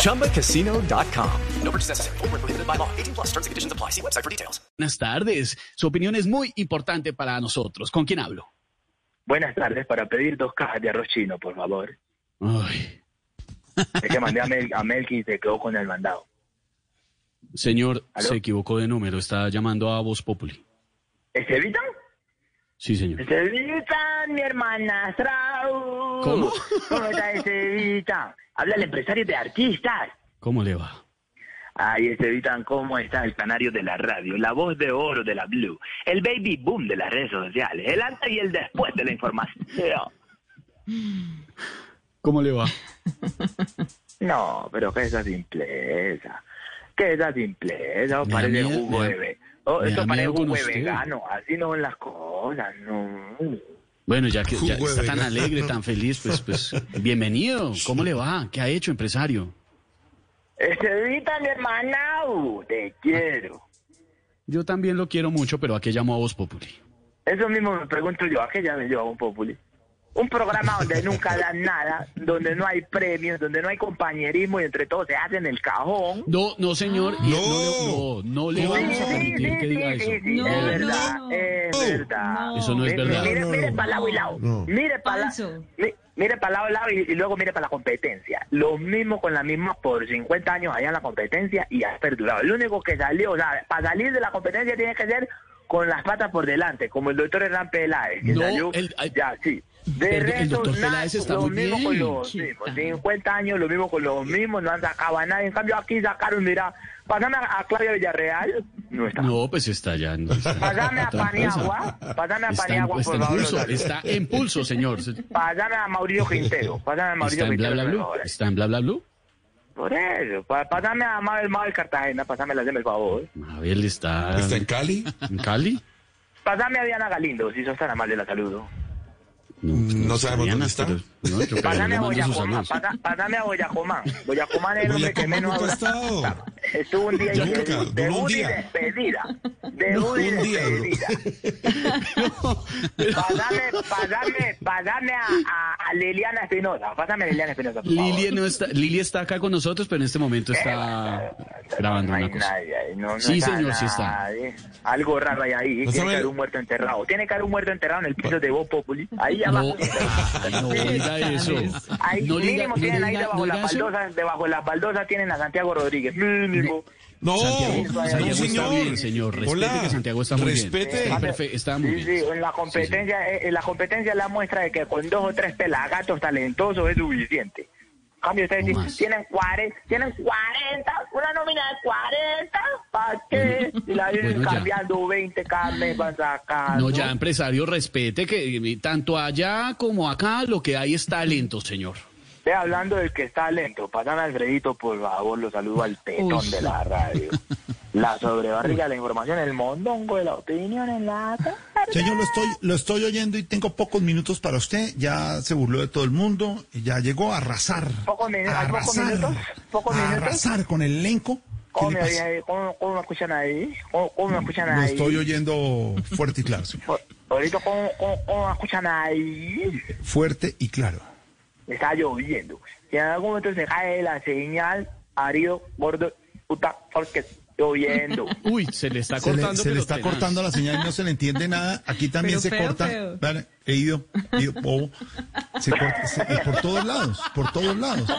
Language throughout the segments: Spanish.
ChumbaCasino.com. No purchase necessary. Void where prohibited by law. 18 plus terms and conditions apply. See website for details. Buenas tardes. Su opinión es muy importante para nosotros. ¿Con quién hablo? Buenas tardes, para pedir dos cajas de arroz chino, por favor. Ay, Es que mandé a, Mel, a Melqui y se quedó con el mandado. señor, ¿Aló? se equivocó de número. Está llamando a Voz Populi. ¿Estevita? Sí, señor. Estevita, mi hermana Raúl. ¿Cómo? ¿Cómo está Estevita? Habla el empresario de artistas. ¿Cómo le va? Ay, Estevita, ¿cómo está el canario de la radio? La voz de oro de la Blue. El baby boom de las redes sociales. El antes y el después de la información. ¿Cómo le va? No, pero que esa simpleza. Que esa simpleza. o Me da parece miedo, jugo me da- de ve- oh, me da Esto parece miedo con jugo de usted. vegano. Así no son las cosas, no. Bueno, ya que ya Jugo de está tan vegano. alegre, tan feliz, pues, pues, bienvenido. ¿Cómo le va? ¿Qué ha hecho, empresario? Estevita, mi hermana, uh, te quiero. Yo también lo quiero mucho, pero ¿a qué llamo a Voz Populi? Eso mismo me pregunto yo. ¿A qué ya me lleva un populi? Un programa donde nunca dan nada, donde no hay premios, donde no hay compañerismo y entre todos se hacen el cajón. No, no, señor. y No, le- no, No. no le No. vamos a Ah. Sí, sí, permitir que sí, diga sí, eso. sí, No, es de verdad. verdad, no, es no. verdad. Eso no es Mire, verdad. Mire, No, no, mire no. para lado y lado. No. Mire para Falso. Mire para lado y lado y, y luego mire para la competencia. Lo mismo con la misma por 50 años allá en la competencia y ha perdurado. El único que salió, o sea, para salir de la competencia tiene que ser con las patas por delante, como el doctor Hernán Peláez, que No, salió el- ay, ya, sí. De pero el doctor nada, Peláez está lo muy mismo con bien. los Sí, mismos, está. 50 años, lo mismo con los mismos, no han sacado a nadie. En cambio, aquí sacaron, mira, pasame a, a Claudia Villarreal, no está. No, pues está ya. no está- Pásame a está en Paniagua, pausa. pásame Está a en- Paniagua, por Está en favor, pulso, Gonzalo. está en pulso, señor. Se- Pásame a Mauricio Quintero, pásame a Mauricio Está eh. en bla Quintero. bla por Blue, favor. Está en bla bla Blue. Por eso, pa- pásame a Mabel Mabel Cartagena, pásame la el favor. Mabel está ¿Está en Cali? en Cali. Pásame a Diana Galindo, si sos tan amable, la saludo. Mm, No sabemos dónde está. pues, pero- no, yo- pero Pásame le a mando sus Boyacomán, saludos. pasa- pásame a Boyacomán. Boyacomán es el hombre que Boyacomán menos nunca ha habla. estado. Estuvo un día y Yo de- nunca, duró un debut y día. despedida. Debut y Un día, bro. despedida. Pásame, pásame, pásame a, a- a Liliana Espinosa, pásame a Liliana Espinosa, por favor. Lili no está, Lili está acá con nosotros, pero en este momento está grabando Eh, No hay una cosa. nadie ahí, no- no Sí, está señor, sí está. nadie. Algo raro hay ahí. No Tiene sabe- que haber un muerto enterrado. Tiene que haber un muerto enterrado en el piso de Voz Populi. Ahí abajo. No, ay, no diga eso. Ahí No diga, mínimo no tienen ahí diga- debajo no de las diga eso. baldosas, debajo de las baldosas tienen a Santiago Rodríguez. Mínimo. No, Santiago, no, Santiago está señor. bien, señor. Respete Hola, que Santiago está muy respete. bien. Está, Vale. perfe- está muy Ah, sí, bien. sí, en la competencia, eh, en la competencia la muestra de que con dos o tres pelagatos talentosos es suficiente. En Cambio ustedes No dicen, más. tienen 40, tienen 40, una nómina de 40, ¿para qué? Y la vienen Bueno, ya. cambiando 20 cada mes van No, sacando. ya empresario, respete que eh, tanto allá como acá lo que hay es talento, señor. Estoy hablando del que está lento. Pasan a Alfredito, por favor, lo saludo al petón Uy. de la radio. La sobrebarriga de la información, el mondongo de la opinión en la tarde. Señor, lo estoy, lo estoy oyendo y tengo pocos minutos para usted. Ya se burló de todo el mundo y ya llegó a arrasar. Pocos minu- a ¿hay pocos minutos? ¿Pocos a minutos? arrasar con el elenco. ¿Qué ¿Cómo le me, pasa? oyen ahí? ¿Cómo- cómo me escuchan ahí? ¿Cómo, cómo me escuchan Lo ahí? estoy oyendo fuerte y claro, señor. O- Ahorita, ¿cómo, cómo, cómo me escuchan ahí? Fuerte y claro. Está lloviendo. Si en algún momento se cae la señal, árido, gordo, puta, porque está lloviendo. Uy, se le está Se le, cortando. se le pero está tenaz. cortando la señal y no se le entiende nada. Aquí también se Pero feo, corta. feo. Vale, he ido, he ido, bobo. Se corta, se- y por todos lados, por todos lados.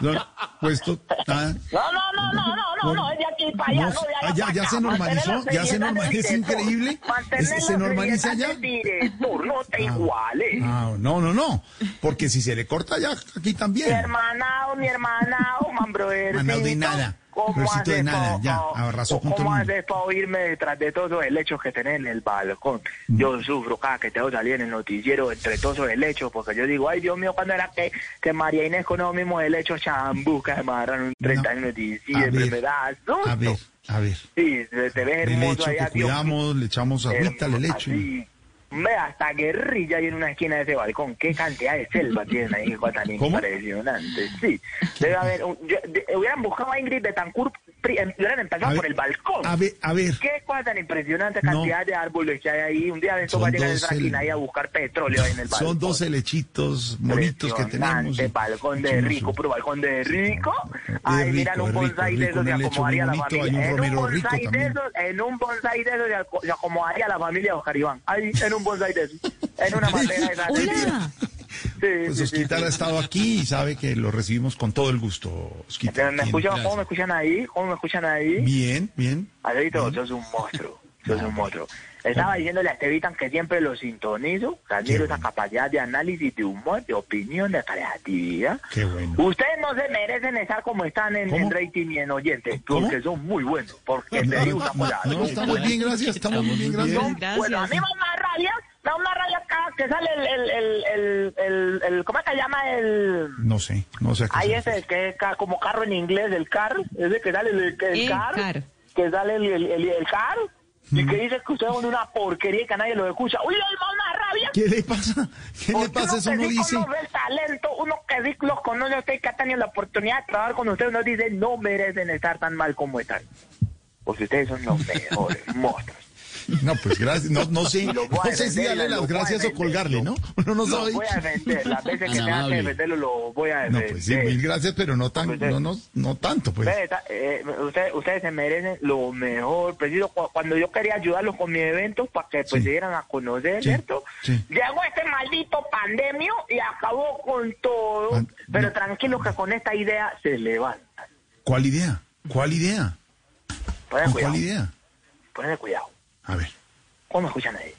Lo han puesto, ah, nada. No, no, no, no, no, no, no, es de aquí para allá. No, No, de allá ah, ya- para ya acá. se normalizó, Mantener la ya se seriedad norma- del es director. increíble. Mantener Es- la se normaliza seriedad ya. del Director, no te iguales. Ah, no, no, no. Porque si se le corta ya, aquí Mi oh, también. hermanao, mi hermanao, man Manao de nada. ¿Cómo Rosito de haces nada, pa- ya, pa- abrazó con ¿Cómo todo el mundo. haces para oírme detrás de todos los helechos que tenés en el balcón? Mm. Yo sufro cada que tengo que salir en el noticiero entre todos los helechos, porque yo digo, ay Dios mío, ¿cuándo era que, que María Inés con los mismos helechos chambú que se amarraron un 30 años de a diciembre? Me ver, da susto. a ver, a ver. Sí, te, te ves El hermoso lecho allá, que Dios mío. cuidamos, le echamos agüita al lecho. Así. Ve, hasta guerrilla hay en una esquina de ese balcón. Qué cantidad de selva tienen ahí, hijo, tan ¿Cómo? impresionante. Sí, debe haber. un- yo- de- hubieran buscado a Ingrid de Tancur, em, hubieran A empezado ver, por el balcón. A ver, a ver. Qué cosa tan impresionante No. cantidad de árboles que hay ahí. Un día de estos Son va a llegar el doce Franklin le- ahí a buscar petróleo ahí en el balcón. Son dos lechitos bonitos que tenemos. Impresionante, balcón de Echamos rico, un- puro balcón de rico. De Ay, rico, miran un de rico, bonsai de rico, esos un se helecho acomodaría a la muy bonito, familia. hay un En un romero rico bonsai de también. esos, en un bonsai de esos se aco- se acomodaría a la familia de Oscar Iván. Ahí, en un bonsai de esos. En una madera de esas. Hola. Sí, Pues sí, sí, Osquitar sí. ha estado aquí y sabe que lo recibimos con todo el gusto, Osquitar. ¿Me escuchan? ¿Cómo me escuchan ahí? ¿Cómo me escuchan ahí? Bien, bien. Alberito, sos un monstruo, sos Ah, un monstruo. Estaba diciéndole a Estevitan que siempre lo sintonizo, que admiro Qué esa bueno. capacidad de análisis, de humor, de opinión, de creatividad. Qué bueno. Ustedes no se merecen estar como están en, ¿Cómo? en rating y en oyentes, ¿Cómo? porque son muy buenos, porque te No, digo una no, cosa. no, son estamos bien, gracias. Estamos muy bien, gracias. son- Gracias. Bueno, a mí me da una rabia, me da una rabia cada que sale el, el, el, el, el- el- ¿cómo es que se llama el...? No sé, no sé. a qué Hay se ese refiere. que es ca- como carro en inglés, el car, ese que sale el, el El car, car. que sale el, el, el- el car, y que dice que ustedes son una porquería y que nadie lo escucha. ¡Uy, el más una rabia! ¿Qué le pasa? ¿Qué le Porque pasa? uno Eso que no sí dice. conoce el talento, uno que sí los conoce a usted que ha tenido la oportunidad de trabajar con ustedes, uno dice, no merecen estar tan mal como están. Porque ustedes son los mejores monstruos. No, pues gracias. No, no sé. Lo voy a No sé si defender, darle lo las voy a gracias o defender. colgarle, ¿no? Uno no Los sabe. voy a defender, las veces que Tan tenga que amable. defenderlo, lo voy a No, defender. Pues pues sí, mil gracias, pero no tan, no, no, no tanto, pues. Ustedes, está- eh, ustedes, ustedes se merecen lo mejor. Preciso, cu- cuando yo quería ayudarlos con mi evento para que pues, Sí. se dieran a conocer, Sí, ¿cierto? sí. Llegó este maldito pandemio y acabó con todo. Pan- Pero no. tranquilo que con esta idea se levanta. ¿Cuál idea? ¿Cuál idea? Ponle ¿Con cuidado. cuál idea? ponle cuidado. A ver. ¿Cómo escuchan ahí?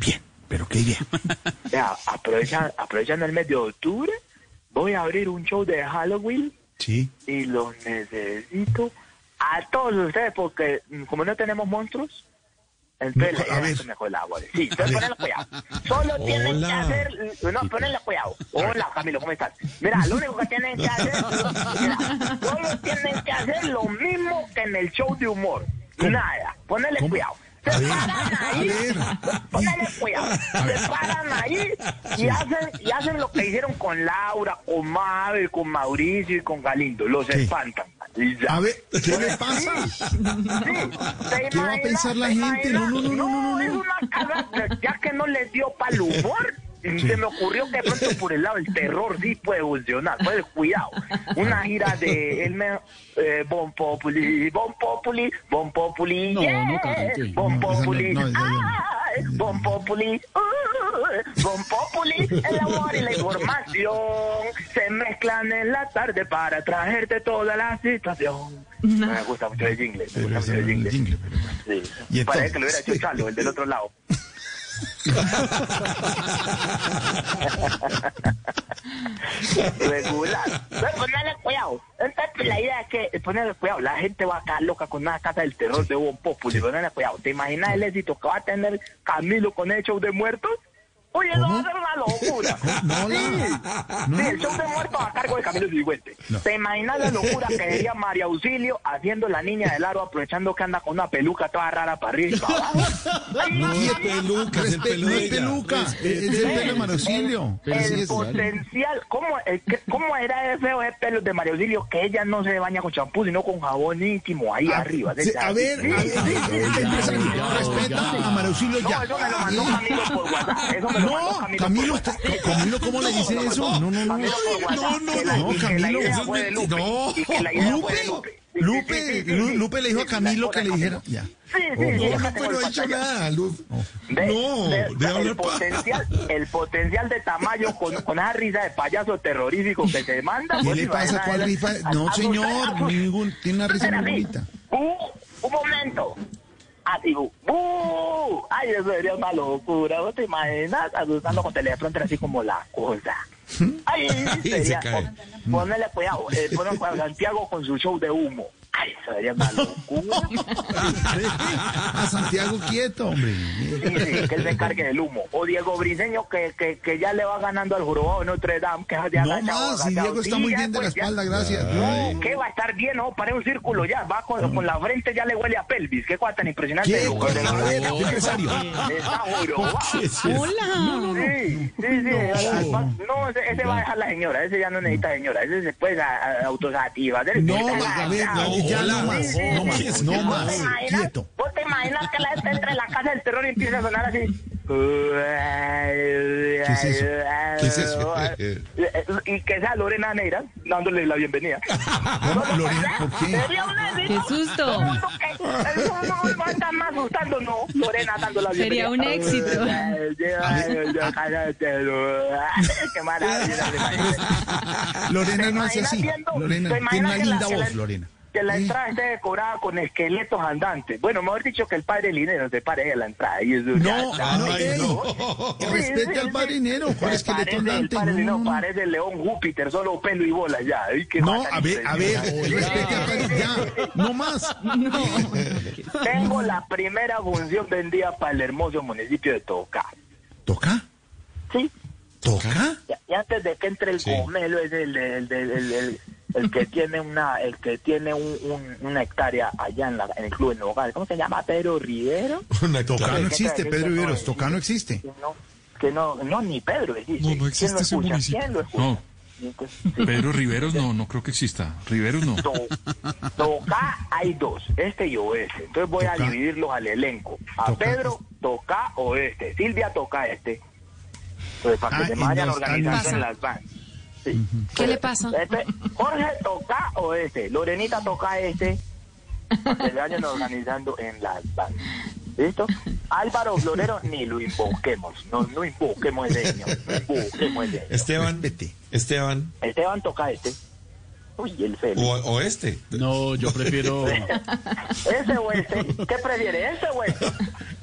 Bien, pero qué idea. O sea, aprovechan- aprovechando el mes de octubre, voy a abrir un show de Halloween Sí. y los necesito a todos ustedes porque mm, como no tenemos monstruos, entonces No, la a idea es ver. que me colaboren. Sí, entonces A ver. ponenle cuidado. Solo tienen que Hola. hacer, no, ponenle cuidado. Hola Camilo, ¿cómo estás? Mira, lo único que tienen que hacer, mira, solo tienen que hacer lo mismo que en el show de humor. Nada, ponenle ¿Cómo? cuidado. Se A ver, paran a ahí, ver. ponenle cuidado, se paran ahí y hacen, y hacen lo que hicieron con Laura, con Mabel, con Mauricio y con Galindo. Los ¿Qué? espantan. Y ya. A ver, ¿qué le pasa? Sí, ¿te ¿Qué va a imaginas? pensar la ¿Te gente? No, no, no, imaginas? no, no, no, es no. una cagada. Ya que no les dio para el humor, se me ocurrió que de pronto por el lado del terror sí puede funcionar. Pues cuidado. Una gira de el me- eh, Bon Populi, Bon Populi, Bon Populi. No, yeah, no cante. Bon No, esa no- Populi. no, esa no. ay, Bon Populi. uh, Bon Populi, el amor y la información se mezclan en la tarde para traerte toda la situación. Me gusta mucho el jingle, me Pero gusta ese mucho no el es jingle. el jingle, pero bueno. Sí. ¿Y Parece que lo hubiera entonces? hecho Chalo, el del otro lado. Regular. Pero ponerle cuidado. Entonces, la idea es que ponerle cuidado. La gente va a quedar loca con una casa del terror de Bon Populi. Ponerle cuidado. ¿Te imaginas el éxito que va a tener Camilo con el show de muertos? Oye, eso va a ser una locura. No, la... Sí, el show de muertos a cargo de Camilo Sigüente. ¿Te imaginas la locura que sería María Auxilio haciendo la niña del aro aprovechando que anda con una peluca toda rara para arriba y para abajo? No es peluca, es el Respe- pelo no de es ella. peluca, es es el pelo de Marocilio. El potencial, ¿cómo, el que- ¿cómo era de feo ese pelo de María Auxilio? Que ella no se baña con champú, sino con jabón íntimo ahí arriba. Ah, Sí, A ver, a ver, empresario, respeta a Marocilio No, ya. eso me lo mandó Camilo por WhatsApp. Eso me lo mandó No, Camilo. Camilo, por WhatsApp. usted- Camilo, ¿cómo le dice eso? No, no, no. Camilo por WhatsApp, no, que la- no, y que la Camilo, idea eso es fue de mentira. No. Y que la idea fue de Lupe, Sí, sí, sí, Lupe, sí, Lu- sí. Lupe le dijo a Sí, Camilo la que le cosa dijera. Camilo. Ya. Sí, sí, sí, No, acá tengo pero el no ha hecho pantalla. nada, Luz. Ve, No, ve, de el, hablar pa- potencial, el potencial de Tamayo con, con esa risa de payaso terrorífico que te manda. pues, ¿Qué le pasa? ¿Cuál rifa? No, señor, ningún, tiene una risa Espera, muy sí. bonita. Bu, Uh, un momento. Así, bu. bu. Ay, eso sería una locura. ¿Vos te imaginas asustando con teleprompter así como la cosa? Ay, Ahí se sería. pues, cae. Ponele cuidado. Eh, ponele cuidado. Santiago con su show de humo. Ay, eso sería una locura. A Santiago quieto, hombre. Sí, sí, que él se encargue del humo. O Diego Briseño, que, que, que ya le va ganando al jorobado Notre Dame, que es de No más, y Diego está muy bien de pues, la espalda, gracias. No, que va a estar bien, no, para un círculo ya, va con, con la frente ya le huele a pelvis, qué cosa tan impresionante. ¿Qué? Diego, de la ¿Qué? verdad, empresario? está jorobado. Hola. Sí, sí, sí, va- no, ese, ese va a dejar la señora, ese ya no necesita señora, ese se puede a- a- autosativar. No, Margarita, ya no más, no más, no más, quieto. ¿Vos te imaginas que la gente entre en la casa del terror y empieza a sonar así? ¿Qué es eso? ¿Qué es eso? Y que sea Lorena Neira dándole la bienvenida. ¿Cómo, Lorena? ¿Por qué? Sería un éxito. Qué susto. No, no, no, no está más asustando, no. Lorena dando la bienvenida. Sería un éxito. Qué maravilla. Lorena no hace así. Lorena tiene una linda voz, Lorena. Que la entrada esté decorada con esqueletos andantes. Bueno, mejor dicho, que el padre Linero se pare de la entrada. Y eso ya No, está. no, Ay, ey, Sí, respete sí, al sí. marinero, ¿cuál es que le Parece el andante? padre No, Linero, no, no. Parece el león Júpiter, solo pelo y bola ya. Ay, qué No, cosa a ver, a ver, respete al padre, ya, no más. Tengo la primera función vendida para el hermoso municipio de Tocá. ¿Toca? Sí, ¿Toca? y- y antes de que entre el gomelo es el, el- el- el- el- el que tiene una el que tiene un- un- una hectárea allá en, la- en el club en Nogal. ¿Cómo se llama? Pedro Rivero. Una Toca cara. no existe, Pedro Viveros, Toca no existe. Que no, que no, no, ni Pedro existe. No, no existe ¿Quién lo ese escucha? municipio. ¿Quién lo escucha? No, Entonces, Pedro Riveros no, no creo que exista. Riveros no. To- Tocá hay dos, este y oeste. Entonces voy Tocá. a dividirlos al elenco. A Tocá. Pedro, Tocá oeste. Silvia, Tocá este. Entonces, para que Ah, se y vayan los- organizando pasa. en las bandas. Sí. ¿Qué le pasa? Este, Jorge, Tocá oeste. Lorenita, Tocá este. Para que se vayan organizando en las bandas. ¿Listo? Álvaro Florero, ni lo invoquemos. No, no invoquemos ese señor. No invoquemos ese señor. Esteban, Esteban, Esteban, Tocá este. Uy, el feliz. o, oeste. No, yo prefiero. Ese o este. ¿Qué prefiere? Ese o este.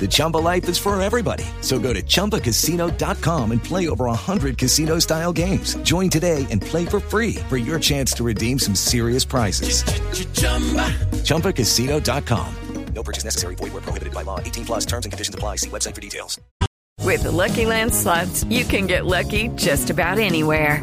The Chumba life is for everybody. So go to ChumbaCasino.com and play over 100 casino style games. Join today and play for free for your chance to redeem some serious prizes. ChumbaCasino.com. No purchase necessary. Void where prohibited by law. 18 plus terms and conditions apply. See website for details. With the Lucky Land slots, you can get lucky just about anywhere.